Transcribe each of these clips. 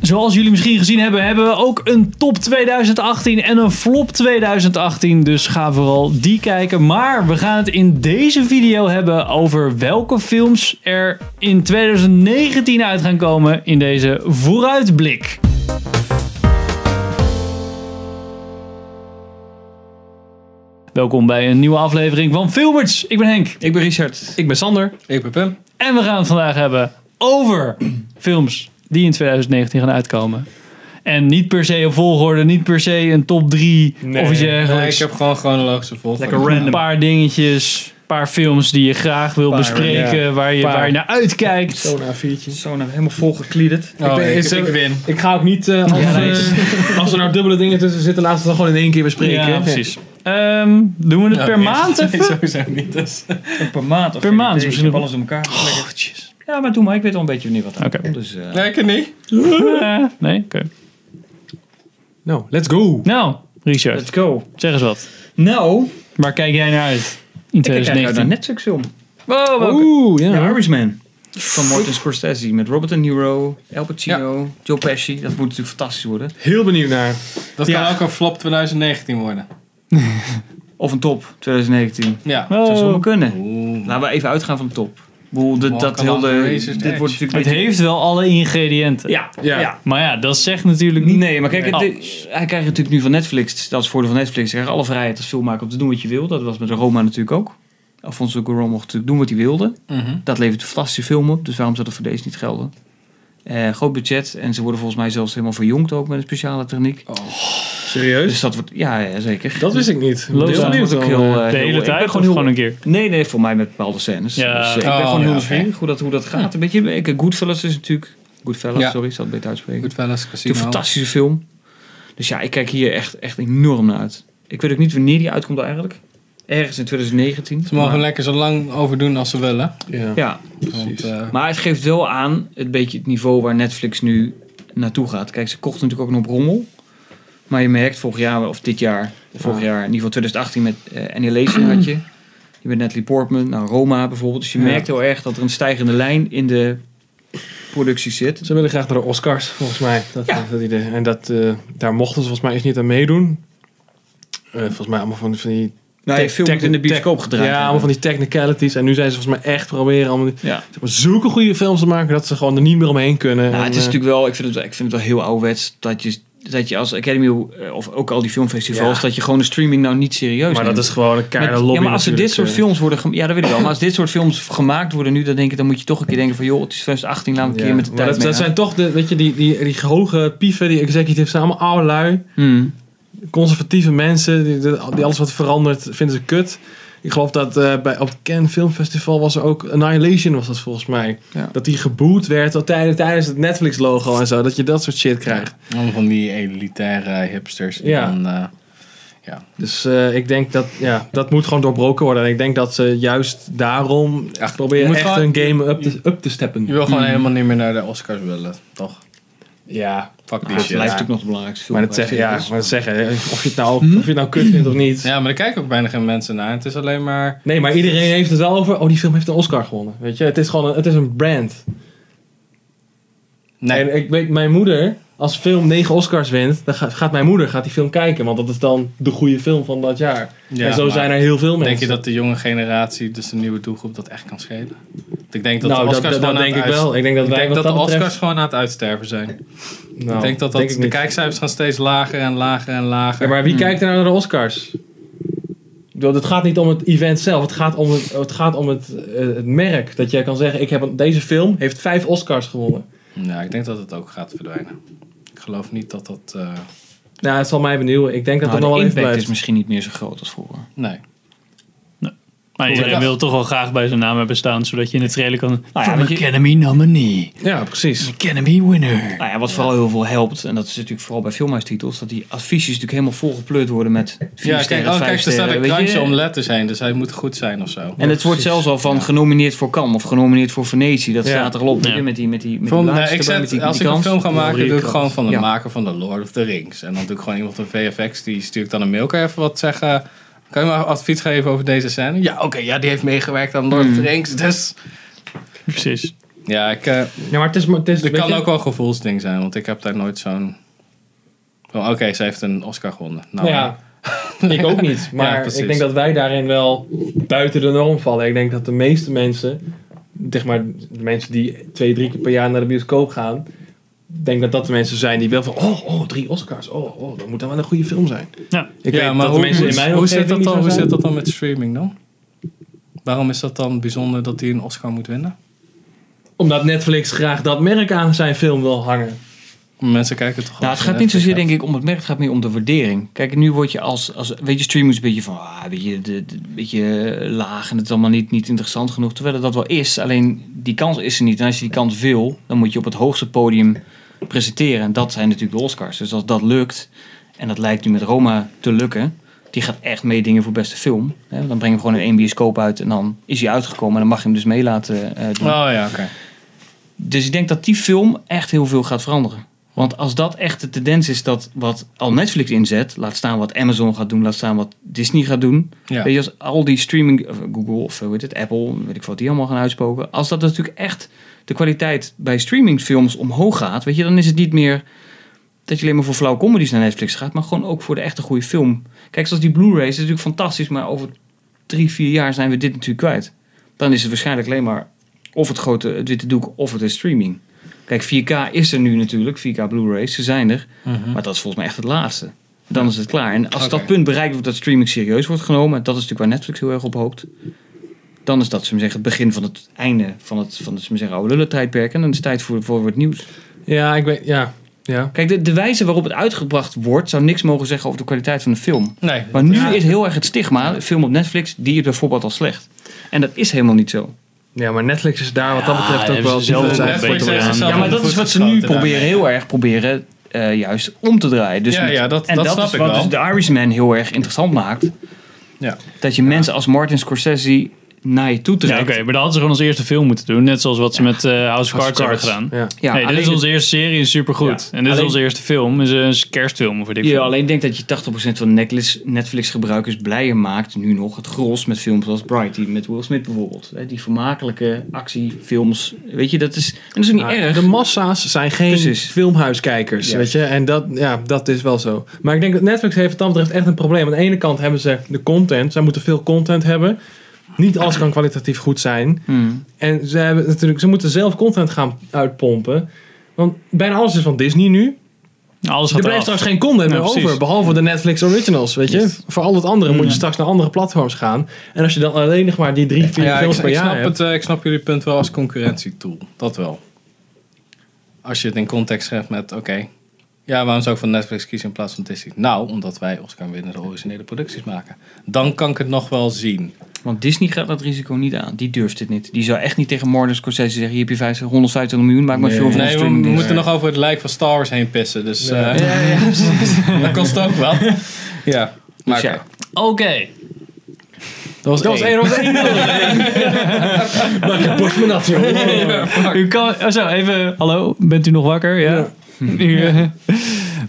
Zoals jullie misschien gezien hebben, hebben we ook een top 2018 en een flop 2018. Dus ga vooral die kijken. Maar we gaan het in deze video hebben over welke films er in 2019 uit gaan komen in deze vooruitblik. Welkom bij een nieuwe aflevering van Filmers. Ik ben Henk. Ik ben Richard. Ik ben Sander. Ik ben Pim. En we gaan het vandaag hebben over films die in 2019 gaan uitkomen. En niet per se een volgorde, niet per se een top 3 Nee. of iets Nee, ik dergelijks. heb gewoon chronologische volgorde. Lekker een random. paar dingetjes, een paar films die je graag wil Paar, bespreken, waar, je, Paar. waar je naar uitkijkt. Zo'n A4'tje. Zo'n nou helemaal volgekliederd. Oh, ik, ik, ik win. ik ga ook niet, eh, als, Ja, eh, nee. als er nou dubbele dingen tussen zitten, laten we dat gewoon in één keer bespreken. Ja, precies. Ehm, doen we het per maand Nee, even? sowieso niet. Dus. Per maand of Per geen maand idee. is misschien Ik heb nog- alles door elkaar. gelegd. ja, maar doe maar. Ik weet al een beetje niet wat aan Oké. komt. Dus, eh, Nee, ik het niet. Eh, nee? Oké. Nou, let's go. Nou, Richard, let's go. zeg eens wat. Nou, Waar kijk jij naar uit in ik kijk uit naar 2019? een Netflix film. Wow, welke- Oeh, ja. The Irishman. Van Martin Scorsese. Met Robert De Niro, Al Pacino, Joe Pesci. Dat moet natuurlijk fantastisch worden. Heel benieuwd naar. Dat Ja. kan ook een flop 2019 worden. Of een top 2019. Ja. Dat zou Oh. zomaar kunnen. Oeh. Laten we even uitgaan van de top. Ik bedoel, dit- Walk dat along heel de, the razor's edge. dit wordt natuurlijk een Het beetje- heeft wel alle ingrediënten. Ja, ja. Ja. Maar ja, dat zegt natuurlijk niet. Nee, maar kijk, het- Alles. hij krijgt natuurlijk nu van Netflix, dat is het voordeel van Netflix, hij krijgt alle vrijheid als filmmaker om te doen wat je wil. Dat was met Roma natuurlijk ook. Alfonso Cuarón mocht natuurlijk doen wat hij wilde. Mhm. Dat levert een fantastische film op, dus waarom zou dat voor deze niet gelden? Eh, groot budget en ze worden volgens mij zelfs helemaal verjongd ook met een speciale techniek. Serieus? Dus dat wordt, ja, ja, zeker. Dat wist ik niet. Loos heel aan. benieuwd Wordt ook dan. heel, eh, De hele ik ben tijd of gewoon heel- gewoon een keer? Nee, nee, voor mij met bepaalde scènes. Ja. Dus, eh, ik Oh, ben gewoon ja, heel oké. nieuwsgierig hoe dat, hoe dat gaat. Een beetje, kijk, Goodfellas is natuurlijk, Goodfellas, Ja. sorry, ik zal het beter uitspreken. Goed wel eens Het casino. is een fantastische film. Dus ja, ik kijk hier echt, echt enorm naar uit. Ik weet ook niet wanneer die uitkomt eigenlijk. Ergens in 2019. Ze mogen Maar- lekker zo lang over doen als ze willen. eh, Ja. ja, Want, Precies. eh, maar het geeft wel aan het beetje het niveau waar Netflix nu naartoe gaat. Kijk, ze kochten natuurlijk ook nog rommel. Maar je merkt vorig jaar, of dit jaar, of vorig jaar, in ieder geval 2018 met eh Annihilation had je. Je bent Natalie Portman, nou Roma bijvoorbeeld. Dus je Ja. merkt heel erg dat er een stijgende lijn in de productie zit. Nou, Ze willen graag naar de Oscars, volgens mij. Dat, Ja. dat idee. En dat, eh, daar mochten ze volgens mij eens niet aan meedoen. Eh, volgens mij allemaal van, van die... Nou, je tech- film moet in de tech- bioscoop gedraaid. Ja, allemaal worden. van die technicalities. En nu zijn ze volgens mij echt proberen allemaal die- ja. zeg maar, zulke goede films te maken... dat ze gewoon er niet meer omheen kunnen. Nou, En, het is eh, natuurlijk wel, ik vind het, wel- ik vind het wel heel ouderwets dat je, dat je als Academy eh, of ook al die filmfestivals, Ja. dat je gewoon de streaming nou niet serieus Maar neemt. dat is gewoon een Met- keiharde lobby ja, maar als er dit soort natuurlijk, eh. films worden gemaakt, ja, dat weet ik wel. Maar als dit soort films gemaakt worden nu, dan denk ik, dan moet je toch een keer denken van, joh, het is 2018, laten we eh. een keer met de Maar tijd dat, dat mee zijn toch de, weet je, die, die, die hoge pieven, die executives, zijn allemaal oude lui. gaan. Hmm. conservatieve mensen die, die- die alles wat verandert vinden ze kut. Ik geloof dat eh, bij, op het Cannes Film Festival was er ook Annihilation was dat volgens mij. Ja. Dat die geboet werd tot tijdens, tijdens het Netflix logo en zo. Dat je dat soort shit krijgt. allemaal van die elitaire hipsters. Die Ja. Dan, eh, Dus eh, ik denk dat ja, dat moet gewoon doorbroken worden. En ik denk dat ze juist daarom Ja, je proberen moet echt gewoon- hun game up te, up te steppen. je wil gewoon helemaal niet meer naar de Oscars willen, toch? Ja, Fuck die Dat blijft shit. natuurlijk nog de belangrijkste film. maar dat zeggen, ja, maar Dus- dat zeggen eh, of, je het nou, of je het nou kut vindt of niet. Ja, maar daar kijken ook bijna geen mensen naar. Het is alleen maar... Nee, maar iedereen heeft het wel over. Oh, die film heeft een Oscar gewonnen. Weet je, het is gewoon een, het is een brand. Nee, En ik weet, mijn moeder, als film 9 Oscars wint, dan gaat, gaat mijn moeder gaat die film kijken. Want dat is dan de goede film van dat jaar. Ja, en zo maar zijn er heel veel mensen. Denk je dat de jonge generatie, dus de nieuwe doelgroep, dat echt kan schelen? Want Ik denk dat nou, de dat, Oscars dat, gewoon dat aan denk ik het uit- wel. Ik denk dat Ik wij denk wat dat de dat Oscars betreft- gewoon aan het uitsterven zijn. Nou, ik denk dat, dat ik de niet. kijkcijfers gaan steeds lager en lager en lager. Ja, maar wie Hmm. kijkt er nou naar de Oscars? Ik bedoel, Het gaat niet om het event zelf. Het gaat om het, het, gaat om het, eh, het merk. Dat jij kan zeggen, ik heb een- deze film heeft vijf Oscars gewonnen. Nou, ik denk dat het ook gaat verdwijnen. Ik geloof niet dat dat... eh, Nou, het zal mij benieuwen. Ik denk dat dat nog Nou, de wel even impact blijft. is misschien niet meer zo groot als vroeger. nee. Maar iedereen Ja. wil toch wel graag bij zijn naam hebben staan, zodat je in het trailer kan. Nou ja, From want je- Academy nominee. Ja, precies. Academy winner. Nou ja, wat vooral heel veel helpt, en dat is natuurlijk vooral bij filmhuistitels, dat die adviesjes natuurlijk helemaal volgepleurd worden met vier Ja, kijk, sterren, oh, vijf kijk, er staat sterren, een weet je. kransje om let te zijn, dus hij moet goed zijn of zo. En het wordt zelfs al van genomineerd voor Cannes of genomineerd voor Venetië. Dat Ja. staat er al op. Ja. Met die, met die, met die Van, laatste nou, ik erbij, met zet, die, als die ik een kans. film ga maken, doe ik Rodriguez. gewoon van de Ja. maker van The Lord of the Rings. En dan doe ik gewoon iemand van VFX, die stuurt dan een mail. Kan je even wat zeggen? Kan je me advies geven over deze scène? Ja, oké, ja, die heeft meegewerkt aan Lord of the Rings, dus... Precies. Ja, ik, eh Ja, maar het Hmm. is... maar Het is dat weet kan je- ook wel een gevoelsding zijn, want ik heb daar nooit zo'n... van, Oké, ze heeft een Oscar gewonnen. Nou, ja, ik ook niet. Ja, Maar precies. ik denk dat wij daarin wel buiten de norm vallen. Ik denk dat de meeste mensen, zeg maar de mensen die twee, drie keer per jaar naar de bioscoop gaan, denk dat dat de mensen zijn die wel van, oh, oh drie Oscars, oh, oh, dat moet dan wel een goede film zijn. Ja. Ik ja, weet maar dat hoe, de mensen in hoe- mijn hoe, zit omgeving dat niet dan, zo hoe zijn. zit dat dan met streaming dan? Waarom is dat dan bijzonder dat hij een Oscar moet winnen? Omdat Netflix graag dat merk aan zijn film wil hangen. Mensen kijken toch Nou, het als gaat je niet zozeer Netflix denk ik om het merk, het gaat meer om de waardering. Kijk, nu word je als, als weet je, streamers een beetje van, ah, weet je, de, de- een beetje laag en het is allemaal niet, niet interessant genoeg. Terwijl het dat wel is, alleen die kans is er niet. En als je die kans wil, dan moet je op het hoogste podium presenteren. En dat zijn natuurlijk de Oscars. Dus als dat lukt, en dat lijkt nu met Roma te lukken, die gaat echt meedingen voor beste film. Hè? Want Dan breng je hem gewoon in één bioscoop uit en dan is hij uitgekomen en dan mag je hem dus mee laten eh, doen. hebt. Oh ja, oké. Dus ik denk dat die film echt heel veel gaat veranderen. Want als dat echt de tendens is dat wat al Netflix inzet, laat staan wat Amazon gaat doen, laat staan wat Disney gaat doen. Ja. Weet je, als al die streaming, of Google of eh, hoe heet het, Apple, weet ik veel wat die allemaal gaan uitspoken. Als dat natuurlijk echt de kwaliteit bij streamingfilms omhoog gaat, weet je, dan is het niet meer dat je alleen maar voor flauw comedies naar Netflix gaat, maar gewoon ook voor de echte goede film. Kijk, zoals die Blu-rays, is natuurlijk fantastisch, maar over drie, vier jaar zijn we dit natuurlijk kwijt. Dan is het waarschijnlijk alleen maar of het grote het witte doek of het is streaming. Kijk, 4K is er nu natuurlijk, 4K Blu-rays, ze zijn er, Mhm. maar dat is volgens mij echt het laatste. Dan is het klaar. En Hm. als Oké. dat punt bereikt wordt dat streaming serieus wordt genomen, en dat is natuurlijk waar Netflix heel erg op hoopt, dan is dat zullen we zeggen, het begin van het einde van het, van het zullen we zeggen, oude lullen tijdperk en dan is het tijd voor, voor het nieuws. Ja, ik weet, ja, ja. Kijk, de, de wijze waarop het uitgebracht wordt, zou niks mogen zeggen over de kwaliteit van de film. Nee, Maar nu is heel erg het stigma, film op Netflix, die is bijvoorbeeld al slecht. En dat is helemaal niet zo. Ja, maar Netflix is daar wat dat Ja, betreft ook hebben wel... ze zelf Ja, wel Netflix beter heeft gedaan. zichzelf Ja, maar de dat is voet wat ze nu geschoten proberen, daarmee. heel erg proberen eh, juist om te draaien. Dus Ja, met- ja, dat- en dat dat, snap is ik wat wel. dus de Irishman heel erg interessant maakt. Ja. Dat je mensen als Martin Scorsese naar je toe Ja, trekt. oké, maar dat hadden ze gewoon als eerste film moeten doen. Net zoals wat ze met eh, House of Cards hebben gedaan. Ja. Ja, nee, dit alleen- is onze eerste serie, is supergoed. Ja. En dit is Alleen- onze eerste film, is een kerstfilm of weet ik Ja, veel. alleen ik denk dat je 80% van Netflix- Netflix-gebruikers blijer maakt nu nog het gros met films zoals Bright, die met Will Smith bijvoorbeeld. Hè, Die vermakelijke actiefilms. Weet je, dat is, en dat is ook niet Ja, erg. Nou, De massa's zijn geen Precies. filmhuiskijkers, Juist. weet je. En dat, ja, dat is wel zo. Maar ik denk dat Netflix heeft wat dat betreft echt een probleem. Aan de ene kant hebben ze de content. Zij moeten veel content hebben. Niet alles kan kwalitatief goed zijn. Hmm. En ze, hebben natuurlijk, ze moeten zelf content gaan uitpompen. Want bijna alles is van Disney nu. Alles Er gaat blijft eraf. trouwens geen content Ja, meer precies. over. Behalve de Netflix originals, weet je. Voor al het andere Mm. moet je straks naar andere platforms gaan. En als je dan alleen nog maar die drie, vier Ja, ik, films per ik jaar snap hebt. het, eh, ik snap jullie punt wel als concurrentietool. Dat wel. Als je het in context schrijft met, oké, ja, waarom zou ik van Netflix kiezen in plaats van Disney? Nou, omdat wij Oscar winnende originele producties maken. Dan kan ik het nog wel zien. Want Disney gaat dat risico niet aan. Die durft het niet. Die zou echt niet tegen Martin Scorsese zeggen: hier heb je 50 150 miljoen, maak maar Nee. film van Nee, we, we streaming. moeten nog over het lijk van Star Wars heen pissen. Dus Ja. eh, dat kost ook wel. Ja, maar Dus ja. oké. Oké. Dat was één. Dat was één. Dank je, push me dat, joh. U kan, oh zo, even, hallo, bent u nog wakker? Ja. U, eh,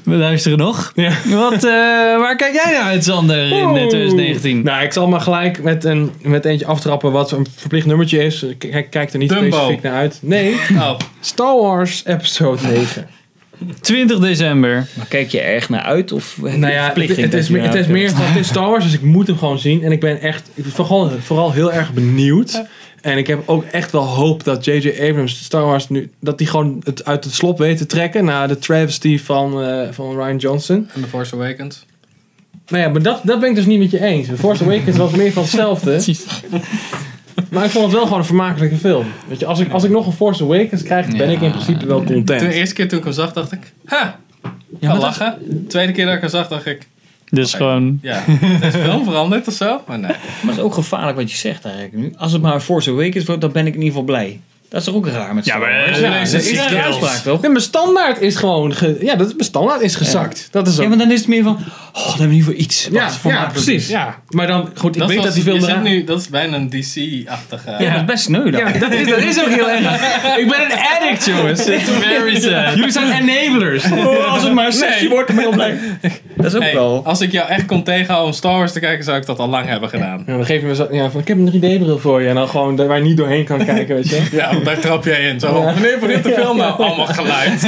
we luisteren nog. Ja. Wat, eh, waar kijk jij naar uit, Sander, in eh, 2019? Nou, ik zal maar gelijk met, een, met eentje aftrappen wat een verplicht nummertje is. K- Kijk, kijk er niet Dumbo. specifiek naar uit. Nee, Oh, Star Wars Episode 9. 20 december. Maar kijk je erg naar uit? Of heb je nou ja, het, verplichting het dat is, je me- het naar is uit- meer van het is Star Wars, dus ik moet hem gewoon zien. En ik ben echt ik ben vooral, vooral heel erg benieuwd. En ik heb ook echt wel hoop dat J.J. Abrams Star Wars nu... dat die gewoon het uit het slop weet te trekken... na de travesty van, eh, van Ryan Johnson. en The Force Awakens. Nou ja, maar dat, dat ben ik dus niet met je eens. The Force Awakens was meer van hetzelfde. maar ik vond het wel gewoon een vermakelijke film. Weet je, als ik, als ik nog een Force Awakens krijg, ben ik in principe wel De content. eerste keer toen ik hem zag, dacht ik, ha, ga Ja, maar dat- lachen. tweede keer dat ik hem zag, dacht ik, Dus Oké. gewoon... ja, het is film veranderd of zo. Maar nee. maar het is ook gevaarlijk wat je zegt eigenlijk nu. Als het maar Force Awakens wordt, dan ben ik in ieder geval blij. Dat is toch ook raar met Ja, Star maar, Wars? eh, Ja, dat is dat een is een sequel. uitspraak toch? Ja, mijn standaard is gewoon... ge- ja, dat, mijn standaard is gezakt. Dat is ook... Ja, maar dan is het meer van, oh, dan hebben we in ieder geval iets. wat Ja, voor ja, mij precies. is. Ja. Maar dan, goed, ik Dat weet was- dat die film je zit eraan... nu, dat is bijna een DC-achtige. Ja, dat is best sneu dan. Ja, dat is, dat is ook heel erg. Ik ben een addict, jongens. Very sad. Jullie zijn enablers. als het maar een sessie wordt, dan ben ik al blij. Dat is ook Hey, wel. als ik jou echt kon tegenhouden om Star Wars te kijken, zou ik dat al lang hebben gedaan. Ja, dan geef je me zo... Ja, van, ik heb een 3D-bril voor je. En dan gewoon dat wij niet doorheen kan kijken, weet je. Ja, Nou, daar trap jij in. Zo, wanneer begint de film nou? Allemaal geluid.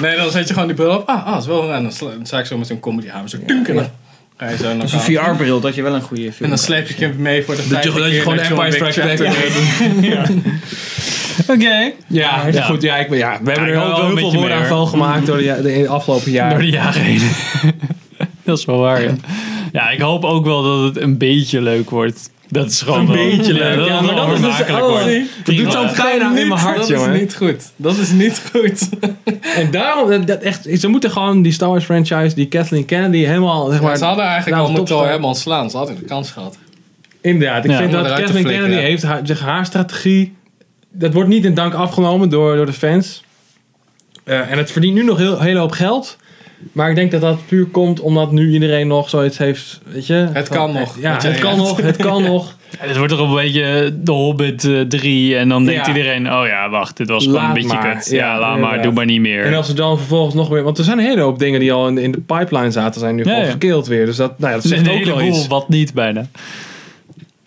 Nee, dan zet je gewoon die bril op. Ah, ah, is wel En dan sla- dan sta ik zo met zo'n comedy hamer. Zo tunk en dan ga je zo naar Dat is een VR-bril, dat je wel een goede En film dan sleep je hem mee voor de Dat je, vijfde dat je keer gewoon naar John Empire Wick Strikes Back Chapter. doet. Oké. Ja, Ja. goed. Ja, ik, ben- ja, we hebben ik er hou wel wel heel een veel beetje woorden aan mee, hoor. vuil gemaakt door de, ja- de afgelopen Door jaren. de jaren heen. dat is wel waar. Ja. ja, ik hoop ook wel dat het een beetje leuk wordt. Dat is gewoon Een wel- beetje Ja, leuk. dat Ja, het maar wel dat is dus- vermakelijk oh, wordt. zie. Prima. doet zo'n Dat pijn aan in niet- mijn hart, dat is jongen. niet goed. Dat is niet goed. En daarom, eh, dat echt, ze moeten gewoon die Star Wars franchise, die Kathleen Kennedy, helemaal, zeg Maar maar, ze hadden eigenlijk nou, al moeten topstar. helemaal slaan. Ze hadden de kans gehad. inderdaad. Ik Ja. vind Om dat eruit te Kathleen flikkeren. Kennedy heeft haar, zeg, haar strategie, dat wordt niet in dank afgenomen door, door de fans. Eh, en het verdient nu nog heel, een hele hoop geld. Maar ik denk dat dat puur komt omdat nu iedereen nog zoiets heeft, weet je. Het van, kan eh, nog, Ja, wat jij het kan hebt. nog, het kan nog. Het wordt toch een beetje de Hobbit eh, 3 en dan denkt Ja. iedereen, oh ja, wacht, dit was gewoon Laat een beetje maar. kut. Ja, Ja, laat maar, inderdaad. doe maar niet meer. En als ze dan vervolgens nog weer, want er zijn een hele hoop dingen die al in de, in de pipeline zaten, zijn nu gewoon ja. gekeeld weer. Dus dat, nou ja, dat een zegt ook wel heleboel iets. wat niet bijna.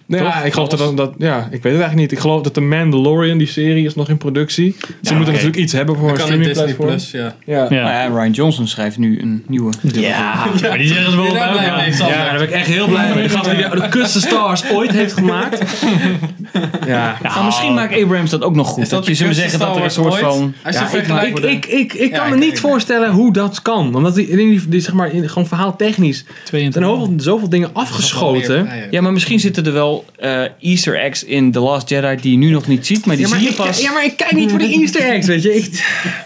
Nee, Toch? ja, ik geloof dat, Alles. dat, ja, ik weet het eigenlijk niet. Ik geloof dat de Mandalorian, die serie, is nog in productie. Ze moeten oké. natuurlijk iets hebben voor Dan een kan in Disney streamingplatform. Plus, ja. Ja. Ja. Nou ja, Ryan Johnson schrijft nu een nieuwe. Ja, maar die zeggen ze wel Ja, daar op elkaar. blijven we niks aan. Ja, daar ben ik echt heel blij mee. De gast die de kutste Stars ooit heeft gemaakt. Ja. Ja, misschien maakt Abrams dat ook nog goed. Is dat dat je de zou kutste zeggen dat er een Star soort Wars van... ooit? Als je Ja, ik, vergelijkt maak Ik, me er- ik, ik, ik Ja, kan ik- me niet ik- voorstellen hoe dat kan. Omdat die, die, die, zeg maar, in, gewoon verhaaltechnisch er zijn 22. zoveel, zoveel dingen afgeschoten. ja, maar misschien zitten er wel eh, easter eggs in The Last Jedi die je nu nog niet ziet, maar die Ja maar, zie je ik, pas. ja, maar ik kijk niet voor de easter eggs, weet je. Ik,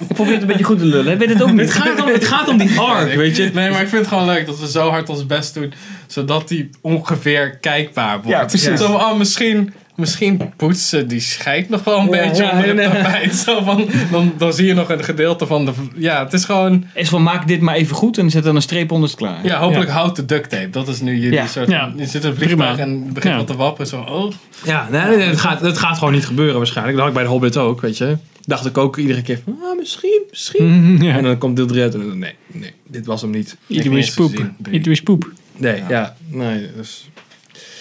ik probeer het een beetje goed te lullen. Ik weet het ook niet. het, gaat om, het gaat om die arc, weet je. Nee, maar ik vind het gewoon leuk dat we zo hard ons best doen. Zodat die ongeveer kijkbaar wordt. Ja, precies. Zo, oh, misschien, misschien poetsen die scheidt nog wel een Ja, beetje ja, onder het nee. tapijt. Zo van, dan, dan zie je nog een gedeelte van de... Ja, het is gewoon... Is van maak dit maar even goed en zet dan een streep onder is het klaar. Ja, hopelijk houdt de duct tape. Dat is nu jullie Ja. soort... Ja. Je zit in een vliegtuig Prima. en het begint Ja. wat te wapperen. Zo, oh, Ja, nee, nee, nee, het, gaat, het gaat gewoon niet gebeuren waarschijnlijk. Dat had ik bij de Hobbit ook, weet je. Dacht ik ook iedere keer van, ah, misschien, misschien. En dan komt deel 3 uit en dan, nee, nee, dit was hem niet. Idris eens poep. gezien. Idris poep. Nee, ja. nee, dus...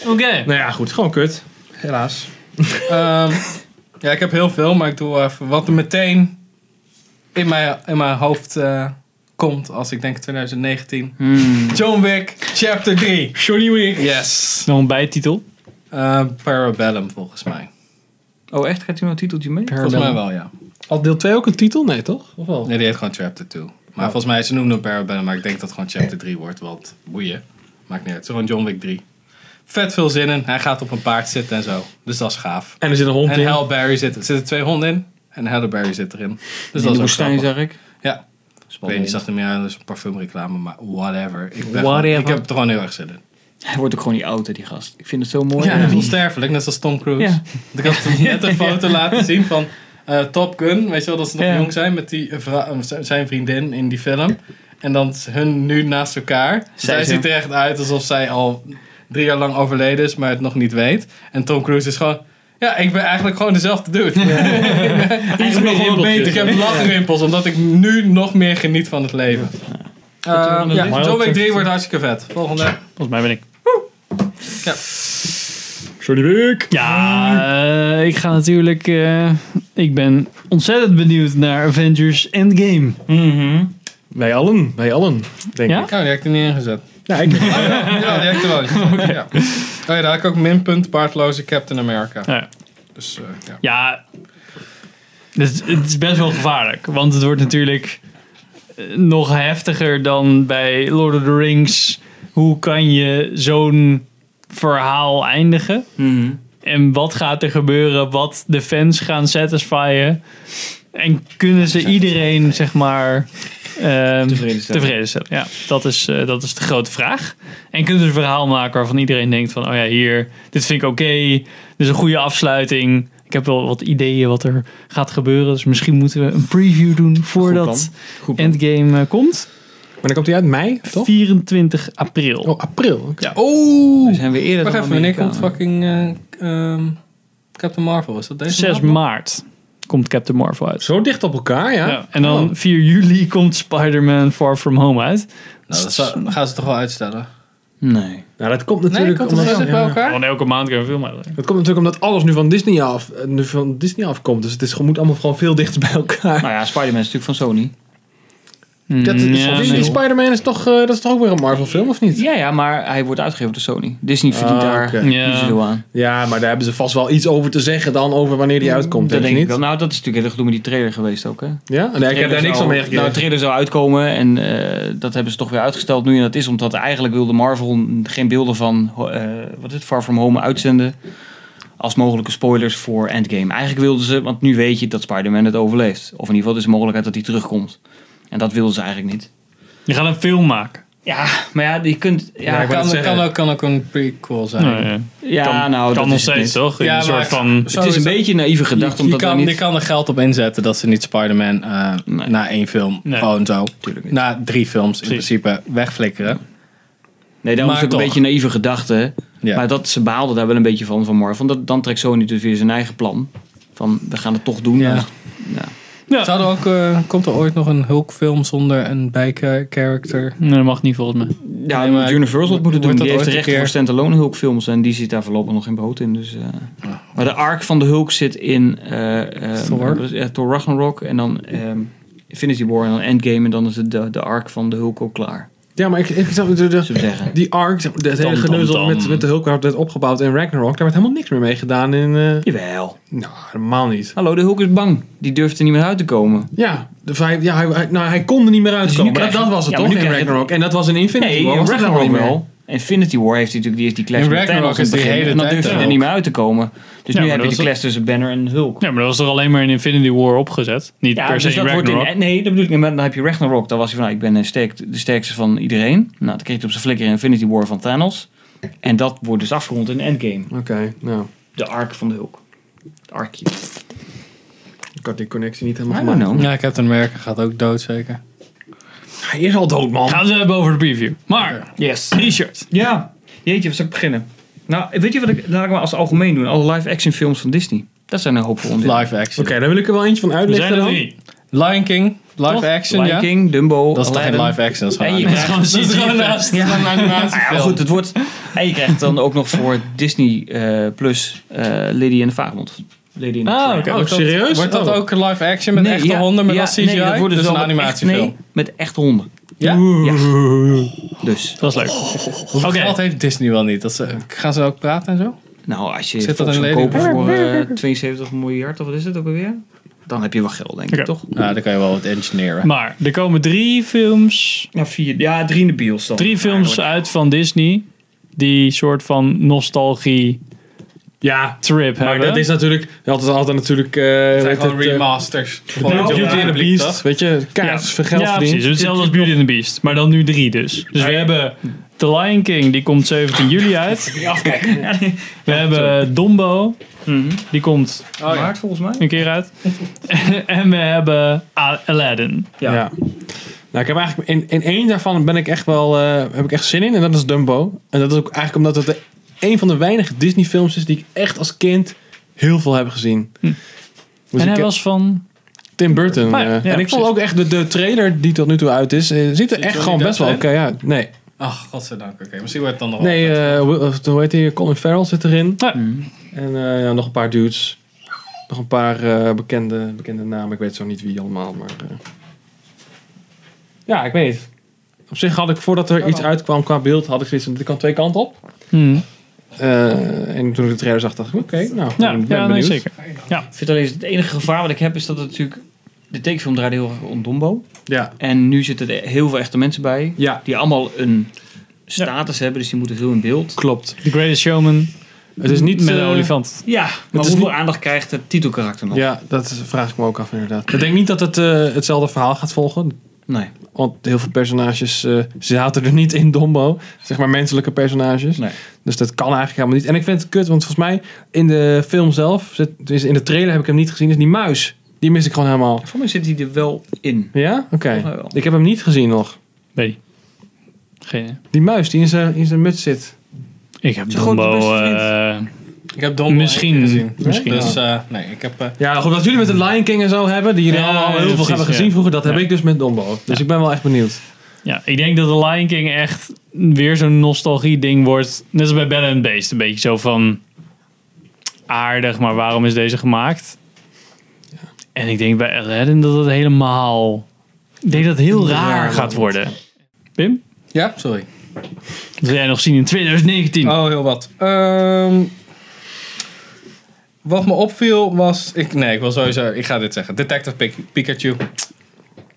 Oké. Nou ja, goed, gewoon kut. Helaas. Ehm, ja, ik heb heel veel, maar ik doe wel even wat er meteen in mijn, in mijn hoofd eh, komt als ik denk 2019. Hmm. John Wick, chapter 3. Johnny Wick. Yes. Nog een bijtitel. Eh, Parabellum volgens mij. Oh echt? Gaat hij nog een titeltje mee? Volgens mij wel, ja. Had deel 2 ook een titel? Nee, toch? Of wel? Nee, die heet gewoon chapter 2. Maar Oh. volgens mij, ze noemen hem Parabellum, maar ik denk dat het gewoon chapter 3 wordt. Want boeien, maakt niet uit. Het is gewoon John Wick 3. Vet veel zin in. Hij gaat op een paard zitten en zo. Dus dat is gaaf. En er zit een hond En in. Halle Berry zit er. Zitten twee honden in. En Halle Berry zit erin. Dus in dat de is ook woestijn, grappig. zeg ik. Ja. Ik weet niet, zag er meer aan als een parfumreclame, maar whatever. Ik, ben gewoon- Whatever. ik heb het er gewoon heel erg zin in. Hij wordt ook gewoon niet oud, hè, die gast. Ik vind het zo mooi. Ja, dat is onsterfelijk, net als Tom Cruise. Ja. Want Ik had net een foto laten zien van eh, Top Gun, weet je wel, dat ze nog Ja. jong zijn met die, eh, vrou- eh, z- zijn vriendin in die film. En dan s- hun nu naast elkaar. Zij zo. ziet er echt uit alsof zij al drie jaar lang overleden is, maar het nog niet weet. En Tom Cruise is gewoon... Ja, ik ben eigenlijk gewoon dezelfde dude. Iets meer rimpeltjes. Ik heb lachrimpels, omdat ik nu nog meer geniet van het leven. Eh doen we ja, nog? John Wick 3 wordt hartstikke vet. Volgende. Volgens mij ben ik. Johnny Wick. Ja, eh, ik ga natuurlijk... eh, ik ben ontzettend benieuwd naar Avengers Endgame. Wij allen, wij allen, denk Ja? ik. Oh, die heb ik er niet ingezet. Oh, Ja, ik... Ja, die heb ik er wel ingezet. Ja. Oh ja, daar had ik ook minpunt paardloze Captain America. Nou ja. Dus eh, ja. Ja, het is, het is best wel gevaarlijk. Want het wordt natuurlijk eh, nog heftiger dan bij Lord of the Rings. Hoe kan je zo'n verhaal eindigen? Mhm. En wat gaat er gebeuren? Wat de fans gaan satisfyen? En kunnen ze iedereen, zeg maar, ehm, Tevreden stellen. tevreden stellen? Ja, dat is, eh, dat is de grote vraag. En kunnen ze een verhaal maken waarvan iedereen denkt van... oh ja, hier, dit vind ik oké. Dit is een goede afsluiting. Ik heb wel wat ideeën wat er gaat gebeuren. Dus misschien moeten we een preview doen voordat Goed plan. Endgame eh, komt. Maar dan komt hij uit mei, toch? 24 april. Oh, april. oké. ja. Oeh! We zijn weer eerder Wacht dan even, wanneer komt Amerikanen. fucking eh, ehm, Captain Marvel? Is dat deze 6 maand? maart komt Captain Marvel uit. Zo dicht op elkaar, ja. Ja, en dan 4 juli komt Spider-Man Far From Home uit. Nou, dat zou- dan gaan ze toch wel uitstellen. Nee. Nou, dat komt natuurlijk komt omdat, het ja. bij elkaar? Want elke maand kunnen we een film uit. Dat komt natuurlijk omdat alles nu van Disney af, eh, nu van Disney afkomt. Dus het is, moet allemaal gewoon veel dichter bij elkaar. Nou ja, Spider-Man is natuurlijk van Sony. Dat is, Mm, ja, die nee. Spider-Man is toch, eh, dat is toch ook weer een Marvel film, of niet? Ja, ja, maar hij wordt uitgegeven door Sony. Disney verdient Ah, daar oké. niet Ja. zoveel aan. Ja, maar daar hebben ze vast wel iets over te zeggen dan over wanneer die uitkomt. dat denk je denk ik niet? wel. Nou, dat is natuurlijk heel erg doen met die trailer geweest ook. Hè? Ja? Nee, ik heb daar Trailer niks zou- van Nou, de meegekregen. trailer zou uitkomen en eh, dat hebben ze toch weer uitgesteld nu. En dat is omdat eigenlijk wilde Marvel geen beelden van ho- eh, wat is het, Far From Home uitzenden. Als mogelijke spoilers voor Endgame. Eigenlijk wilden ze, want nu weet je dat Spider-Man het overleeft. Of in ieder geval, er is de mogelijkheid dat hij terugkomt. En dat wilden ze eigenlijk niet. Je gaat een film maken. Ja, maar ja, je kunt... Ja, Ja, ja, ik wou kan, net zeggen. kan, ook, kan ook een prequel zijn. Nou, ja. kan, nou, dat kan is nog het steeds, niet. toch? Ja, een maar- soort van... Het is een Sowieso. beetje een naïeve Je- gedacht, je, omdat kan, er je niet... kan er geld op inzetten dat ze niet Spider-Man eh, Nee. na één film Nee. gewoon zo, Tuurlijk niet. na drie films in Precies. principe, wegflikkeren. Nee, daarom is Maar het ook een toch. beetje een naïeve gedachte. Ja. Maar dat, ze behaalden daar wel een beetje van, van Marvel. Dat, dan trekt Sony dus weer zijn eigen plan. Van, we gaan het toch doen. Dus- Ja. Ja. Ja. Ja. Zou er ook, eh, komt er ooit nog een Hulk-film zonder een bijcharacter? Nee, dat mag niet volgens mij. Ja, Nee, maar Universal het moeten wordt doen. dat Die heeft ooit de een rechten keer? voor standalone Hulk-films en die zit daar voorlopig nog geen brood in. Dus, eh. Maar de arc van de Hulk zit in eh, eh, Thor. wat is het? Ja, Thor Ragnarok en dan ehm, Infinity War en dan Endgame en dan is het de, de arc van de Hulk ook klaar. Ja, maar ik, ik snap de- de- Zullen we zeggen. die arc, de- het hele tam, geneuzel tam. met, met de Hulk werd opgebouwd in Ragnarok. Daar werd helemaal niks meer mee gedaan in... eh, Jawel. nou, helemaal niet. Hallo, de Hulk is bang. Die durft er niet meer uit te komen. Ja, de vijf, ja hij, hij- nou, hij kon er niet meer Dus nu uitkomen. krijg dat, je- dat was het ja, maar toch nu in krijg je- Ragnarok? En dat was in Infinity Nee, War. in was dat Ragnarok dan niet wel. Infinity War heeft hij natuurlijk die, is die clash In met Ragnarok Thanos in is het die begin. hele En dan tijd durft hij de er Hulk. niet meer uit te komen. Dus Ja, nu maar heb je dat de is ook- clash tussen Banner en Hulk. Ja, maar dat was toch alleen maar in Infinity War opgezet? Niet Ja, per se dus in dat wordt Ragnarok. in, nee, dat bedoel ik niet. Maar dan heb je Ragnarok. Dan was hij van, nou, ik ben eh, sterk, de sterkste van iedereen. Nou, dan kreeg hij op zijn flikker in Infinity War van Thanos. En dat wordt dus afgerond in Endgame. meer. Oké, nou. De arc van de Hulk. Het arkje. Ik had die connectie niet helemaal I don't gemaakt. know. Ja, Captain America gaat ook dood zeker. Hij is al dood, man. Gaan we het hebben over de preview. Maar, Yes. t-shirt. Ja. Jeetje, waar zou ik beginnen? Nou, weet je wat ik, laat ik maar als algemeen doen. Alle live-action films van Disney. Dat zijn een hoop voor ons. Live action. Oké, dan wil ik er wel eentje van We uitleggen zijn er dan. drie. Lion King, live Toch? action, Lion ja. King, Dumbo, Dat is toch geen Aladdin. live action, dat is gewoon En je animatie. krijgt- Dat is Dat is gewoon gewoon naast. naast. dat is gewoon een Ah, ja, animatiefilm. goed, het wordt. En je krijgt dan ook nog voor Disney eh, Plus eh, Lady en de Vagebond. Lady and the Ah, Tramp. oké. Oh, Wordt dat- serieus? Wordt dat Oh. ook live action met Nee, echte ja, honden, met ja, als CGI? Nee, dat wordt dus is een wel met echt- animatiefilm. nee, met echt honden. Ja? Dus, Dat is leuk. Hoeveel Oké. geld heeft Disney wel niet? Dat ze, gaan ze ook praten en zo? nou, als je Zit dat Fox in zou Lady kopen and the voor eh, 72 miljard, of wat is het ook alweer? Dan heb je wel geld, denk ik, Oké. toch? Nou, dan kan je wel wat engineeren. Maar, er komen drie films, Ja, vier, ja, drie in de bios dan. drie films uit van Disney. Die soort van nostalgie-trip Ja, maar hebben. dat is natuurlijk... Je had het altijd natuurlijk... eh, Het weet zijn gewoon het, eh, remasters. Beauty Gewoon and the publiek, Beast. toch? Weet je, kaars, vergeld Ja, verdiend. precies. Hetzelfde als Beauty and the Beast. Maar dan nu drie dus. Dus we hebben The Lion King, die komt 17 juli uit. We hebben Dombo, die komt Oh, ja. Maart volgens mij. een keer uit. En we hebben A- Aladdin. Ja. Ja. Nou, ik heb eigenlijk in, in één daarvan ben ik echt wel eh, heb ik echt zin in en dat is Dumbo. En dat is ook eigenlijk omdat het de, een van de weinige Disney films is die ik echt als kind heel veel heb gezien. Dus En ik hij heb- was van... Tim Burton. Maar ja, eh, ja, en ik vond precies. ook echt de, de trailer die tot nu toe uit is, eh, ziet er echt er gewoon niet best wel uit, oké uit. Nee, Ach, Ah, godzijdank. Oké, misschien wordt Oh, het dan nog wel nee vet. eh, hoe- of hoe heet die? Colin Farrell zit erin. Ja. En eh, ja, nog een paar dudes. Nog een paar eh, bekende, bekende namen. Ik weet zo niet wie allemaal, maar... eh. Ja, ik weet het. Op zich had ik, voordat er iets uitkwam qua beeld, had ik zoiets van, dit kan twee kanten op. Hmm. Eh, en toen ik de trailer zag, dacht ik, oké, nou, Ja, ben ja nee, benieuwd. zeker. Ik vind alleen het enige gevaar wat ik heb is dat het natuurlijk... De tekenfilm draaide heel erg om Dombo. Ja. En nu zitten er heel veel echte mensen bij. ja, Die allemaal een status hebben, dus die moeten veel in beeld. klopt. The Greatest Showman Het is niet... met de eh, olifant. Ja, maar is hoeveel niet- aandacht krijgt het titelkarakter nog? Ja, dat is- vraag ik me ook af inderdaad. Ik denk niet dat het eh, hetzelfde verhaal gaat volgen. Nee. Want heel veel personages eh, zaten er niet in Dombo. Zeg maar menselijke personages. Nee. Dus dat kan eigenlijk helemaal niet. En ik vind het kut, want volgens mij in de film zelf, zit, tenminste in de trailer heb ik hem niet gezien, is die muis. Die mis ik gewoon helemaal. Voor mij zit hij er wel in. Ja? Oké. Volgens mij wel. Ik heb hem niet gezien nog. Weet je. Geen... Die muis die in zijn, in zijn muts zit. Ik heb Zo'n grote Dombo... beste vriend. eh, Ik heb Dombo Misschien, één keer gezien. misschien Dus eh, nee, ik heb... eh, Ja, goed, dat jullie met de Lion King en zo hebben, die jullie Ja, allemaal ja, heel veel precies, hebben gezien ja. vroeger, dat heb Ja. ik dus met Dombo. Dus ik ben wel echt benieuwd. Ja, ik denk dat The Lion King echt weer zo'n nostalgie-ding wordt. Net als bij Bella and the Beast. Een beetje zo van... Aardig, maar waarom is deze gemaakt? En ik denk bij Aladdin dat het helemaal... Ik denk dat het heel raar gaat worden. Pim, Ja, sorry. wat wil jij nog zien in 2019? Oh, heel wat. Ehm, wat me opviel was... Ik, nee, ik wil sowieso... Ik ga dit zeggen. Detective Pik- Pikachu.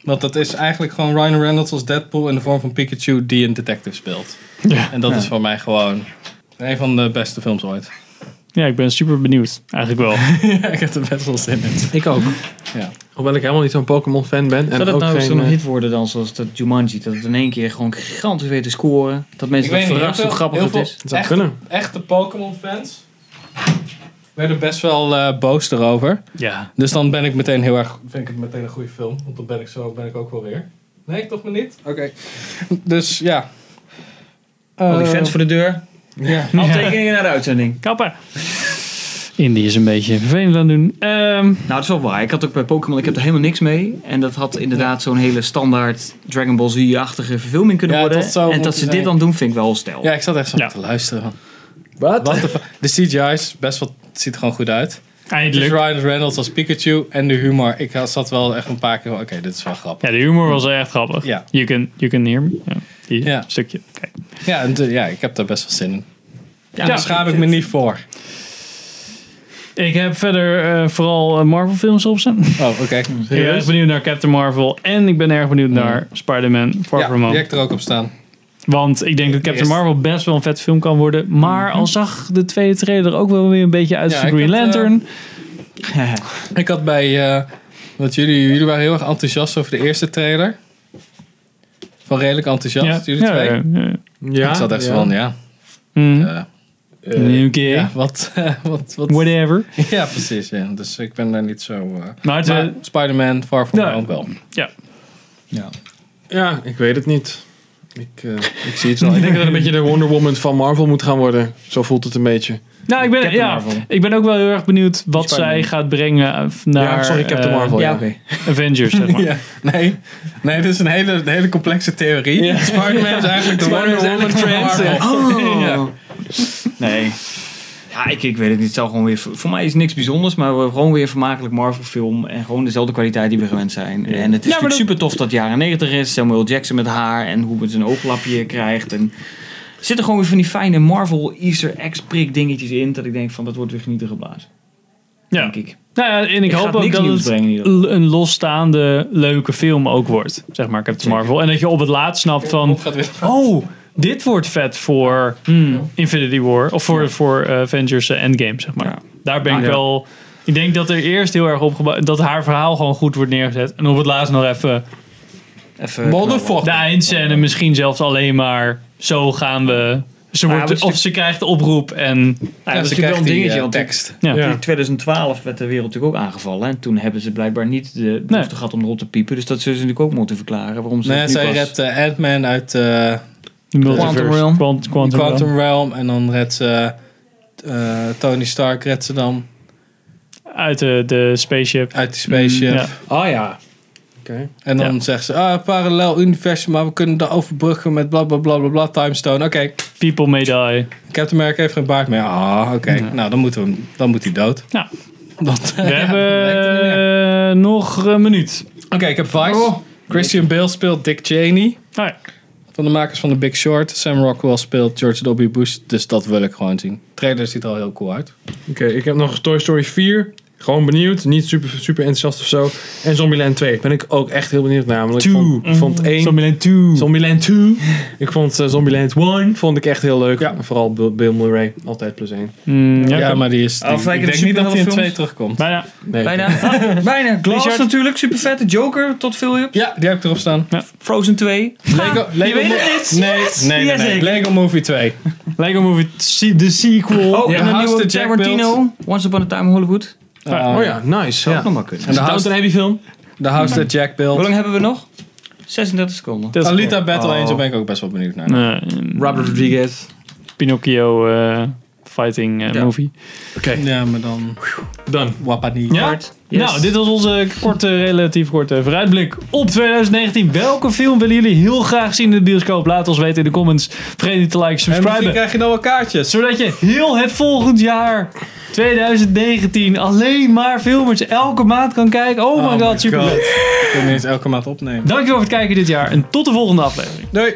Want dat is eigenlijk gewoon Ryan Reynolds als Deadpool in de vorm van Pikachu die een detective speelt. Ja. En dat is voor mij gewoon een van de beste films ooit. Ja, ik ben super benieuwd. Eigenlijk wel. ja, ik heb er best wel zin in. Ik ook. Ja. Hoewel ik helemaal niet zo'n Pokémon fan ben. En Zou dat ook nou eens geen, zo'n eh, hit worden dan, zoals dat Jumanji? Dat het in één keer gewoon gigantisch weet te scoren. Dat mensen dat verrast hoe grappig het is. zou kunnen. Echte Pokémon-fans werden best wel eh, boos erover. Ja. Dus dan ben ik meteen heel erg. Vind ik het meteen een goede film. Want dan ben ik zo ben ik ook wel weer. Nee, toch maar niet? Oké. Dus ja. Al die Eh, fans voor de deur. Ja. Aftekeningen naar de uitzending. Kapper. Indie is een beetje vervelend aan het doen. Ehm, Nou, dat is wel waar. Ik had ook bij Pokémon, ik heb er helemaal niks mee. En dat had inderdaad zo'n hele standaard Dragon Ball Z-achtige verfilming kunnen Ja, worden. dat zou en dat moeten ze dit zijn. dan doen, vind ik wel stel. ja, ik zat echt zo Ja. te luisteren. van, Wat? Wat de, fu- de CGI is best wel. Het ziet er gewoon goed uit. Dus eindelijk. Ryan Reynolds als Pikachu en de humor. Ik had- zat wel echt een paar keer. van, Oké, dit is wel grappig. Ja, de humor was echt grappig. Ja. You can, you can hear me. Ja. Die Ja. stukje. Kijk. Ja, en de- ja, ik heb daar best wel zin in. Ja, daar schaam ik me niet voor. Ik heb verder eh, vooral eh, Marvel films op staan. Ik Oh, oké. ben erg benieuwd naar Captain Marvel. En ik ben erg benieuwd naar Spider-Man Far Ja, From Home. die heb ik er ook op staan. Want ik denk dat Captain Eerst. Mhm. Marvel best wel een vet film kan worden. Maar al zag de tweede trailer ook wel weer een beetje uit Ja, als de ik Green had, eh, Lantern. Ik had bij. eh, want jullie, jullie waren heel erg enthousiast over de eerste trailer. Van redelijk enthousiast, jullie twee. ja, ja. Ja. ik zat echt ja. zo van, ja. Mm. eh, Oké. ja, wat, eh, wat, wat. Whatever. Ja, precies. Ja. Dus ik ben daar niet zo. eh, Maar het, maar eh, nou, Spider-Man, Far From Ja. Home wel. Ja, ik weet het niet. Ik, eh, Ik zie het wel. ik denk dat het een beetje de Wonder Woman van Marvel moet gaan worden. Zo voelt het een beetje. nou, ik ben, Captain ja, Marvel. ik ben ook wel heel erg benieuwd wat Spider-Man. zij gaat brengen eh, naar ja, sorry, Captain eh, Marvel. Ja, Ja, oké. Avengers, zeg maar. Ja, nee. nee, dit is een hele, een hele complexe theorie. Spider-Man is eigenlijk de Wonder Spider-Man is Woman van eigenlijk de Marvel. Oh. Ja. Nee. Ja, ik, ik weet het niet. Het zal gewoon weer... Voor mij is niks bijzonders, maar we- gewoon weer een vermakelijk Marvel film. En gewoon dezelfde kwaliteit die we gewend zijn. En het is Ja, maar natuurlijk super tof dat het jaren 90 is. Samuel Jackson met haar en hoe het zijn ooglapje krijgt. En er zitten gewoon weer van die fijne Marvel Easter eggs prik dingetjes in. Dat ik denk van, dat wordt weer genieten geblazen. Ja. Denk ik. Nou ja, en ik, Ik ga hoop het ook niks dat nieuws het brengen in ieder l- een losstaande leuke film ook wordt. Zeg maar Captain Marvel. En dat je op het laatst snapt van... Gaat weer- Oh, dit wordt vet voor hmm, Infinity War. Of voor, voor eh, Avengers eh, Endgame, zeg maar. Ja. Daar ben ik Ja. wel... Ik denk dat er eerst heel erg op gebouwd... Dat haar verhaal gewoon goed wordt neergezet. En op het laatst nog even Even Motherfucker. de eindscène. Misschien zelfs alleen maar... Zo gaan we... Ze Ja, wordt, maar ze- of ze krijgt de oproep en... Ja, Ja, dat ze is natuurlijk wel krijgt een die dingetje. eh, want tekst. Ja. in 2012 werd de wereld natuurlijk ook aangevallen. En toen hebben ze blijkbaar niet de behoefte gehad om erop te piepen. Dus dat zullen ze natuurlijk ook moeten verklaren. Waarom ze Nee, het nu zij pas- redt eh, Ant-Man uit... eh, de multiverse. Quantum Realm. Quant- Quantum Quantum, Realm. Realm. En dan redt ze eh, Tony Stark redt ze dan Uit de, de spaceship. uit die spaceship. Mm, Ja. Oh ja. Oké. En dan zegt ze, ah, parallel universum, maar we kunnen dat overbruggen met bla bla bla bla bla, timestone. Oké, People may die. Captain America heeft geen baard meer. Ah, oké. Nou, dan, moeten we, hem- dan moet hij dood. Ja. Dat, We ja, dat werkt er niet meer. hebben eh, nog een minuut. Oké, ik heb Vice. Christian Bale speelt Dick Cheney. Ah, ja. Van de makers van The Big Short. Sam Rockwell speelt George W. Bush. Dus dat wil ik gewoon zien. De trailer ziet er al heel cool uit. Oké, ik heb nog Toy Story 4. Gewoon benieuwd. Niet super, super enthousiast of zo. En Zombieland 2. Ben ik ook echt heel benieuwd naar. Want ik Two. Mm-hmm. vond, vond 1... Zombieland 2. Zombieland 2. ik vond eh, Zombieland 1 vond ik echt heel leuk. Ja. En vooral Bill, Bill Murray. Altijd plus 1. Mm, ja, Ja, kan. maar die is... Die, Of lijken ik de denk niet dat hij in superheldenfilms. 2 terugkomt. Bijna. Nee. Bijna. Ah, bijna. Glass Richard. natuurlijk, super vette. Joker tot Philip. Ja, die heb ik erop staan. Frozen 2. Lego, Lego weet het Mo- niet. Nee, nee, nee, nee. Jazeker. Lego Movie 2. Lego Movie, se- de sequel. Oh, en House een nieuwe that Jack Tarantino. Once Upon a Time in Hollywood. Uh, Oh ja, nice. Ja. Zou Nou, ook nog maar kunnen. En de Dat is house, een heavy film. the house that Jack Hoe built. lang hebben we nog? 36 seconden. Dat is- Alita Battle Oh. Angel ben ik ook best wel benieuwd naar. Nee, Robert Rodriguez. Pinocchio eh, fighting eh, Ja. movie. Ja, maar dan Dan. Wapani. Ja? Hard. Yes. Nou, dit was onze korte, relatief korte vooruitblik op 2019. Welke film willen jullie heel graag zien in de bioscoop? Laat ons weten in de comments. Vergeet niet te liken, En misschien subscriben. krijg je dan wel kaartjes. Zodat je heel het volgend jaar 2019 alleen maar filmers elke maand kan kijken. Oh, my god, super Ik kan niet eens elke maand opnemen. Dankjewel voor het kijken dit jaar en tot de volgende aflevering. Doei!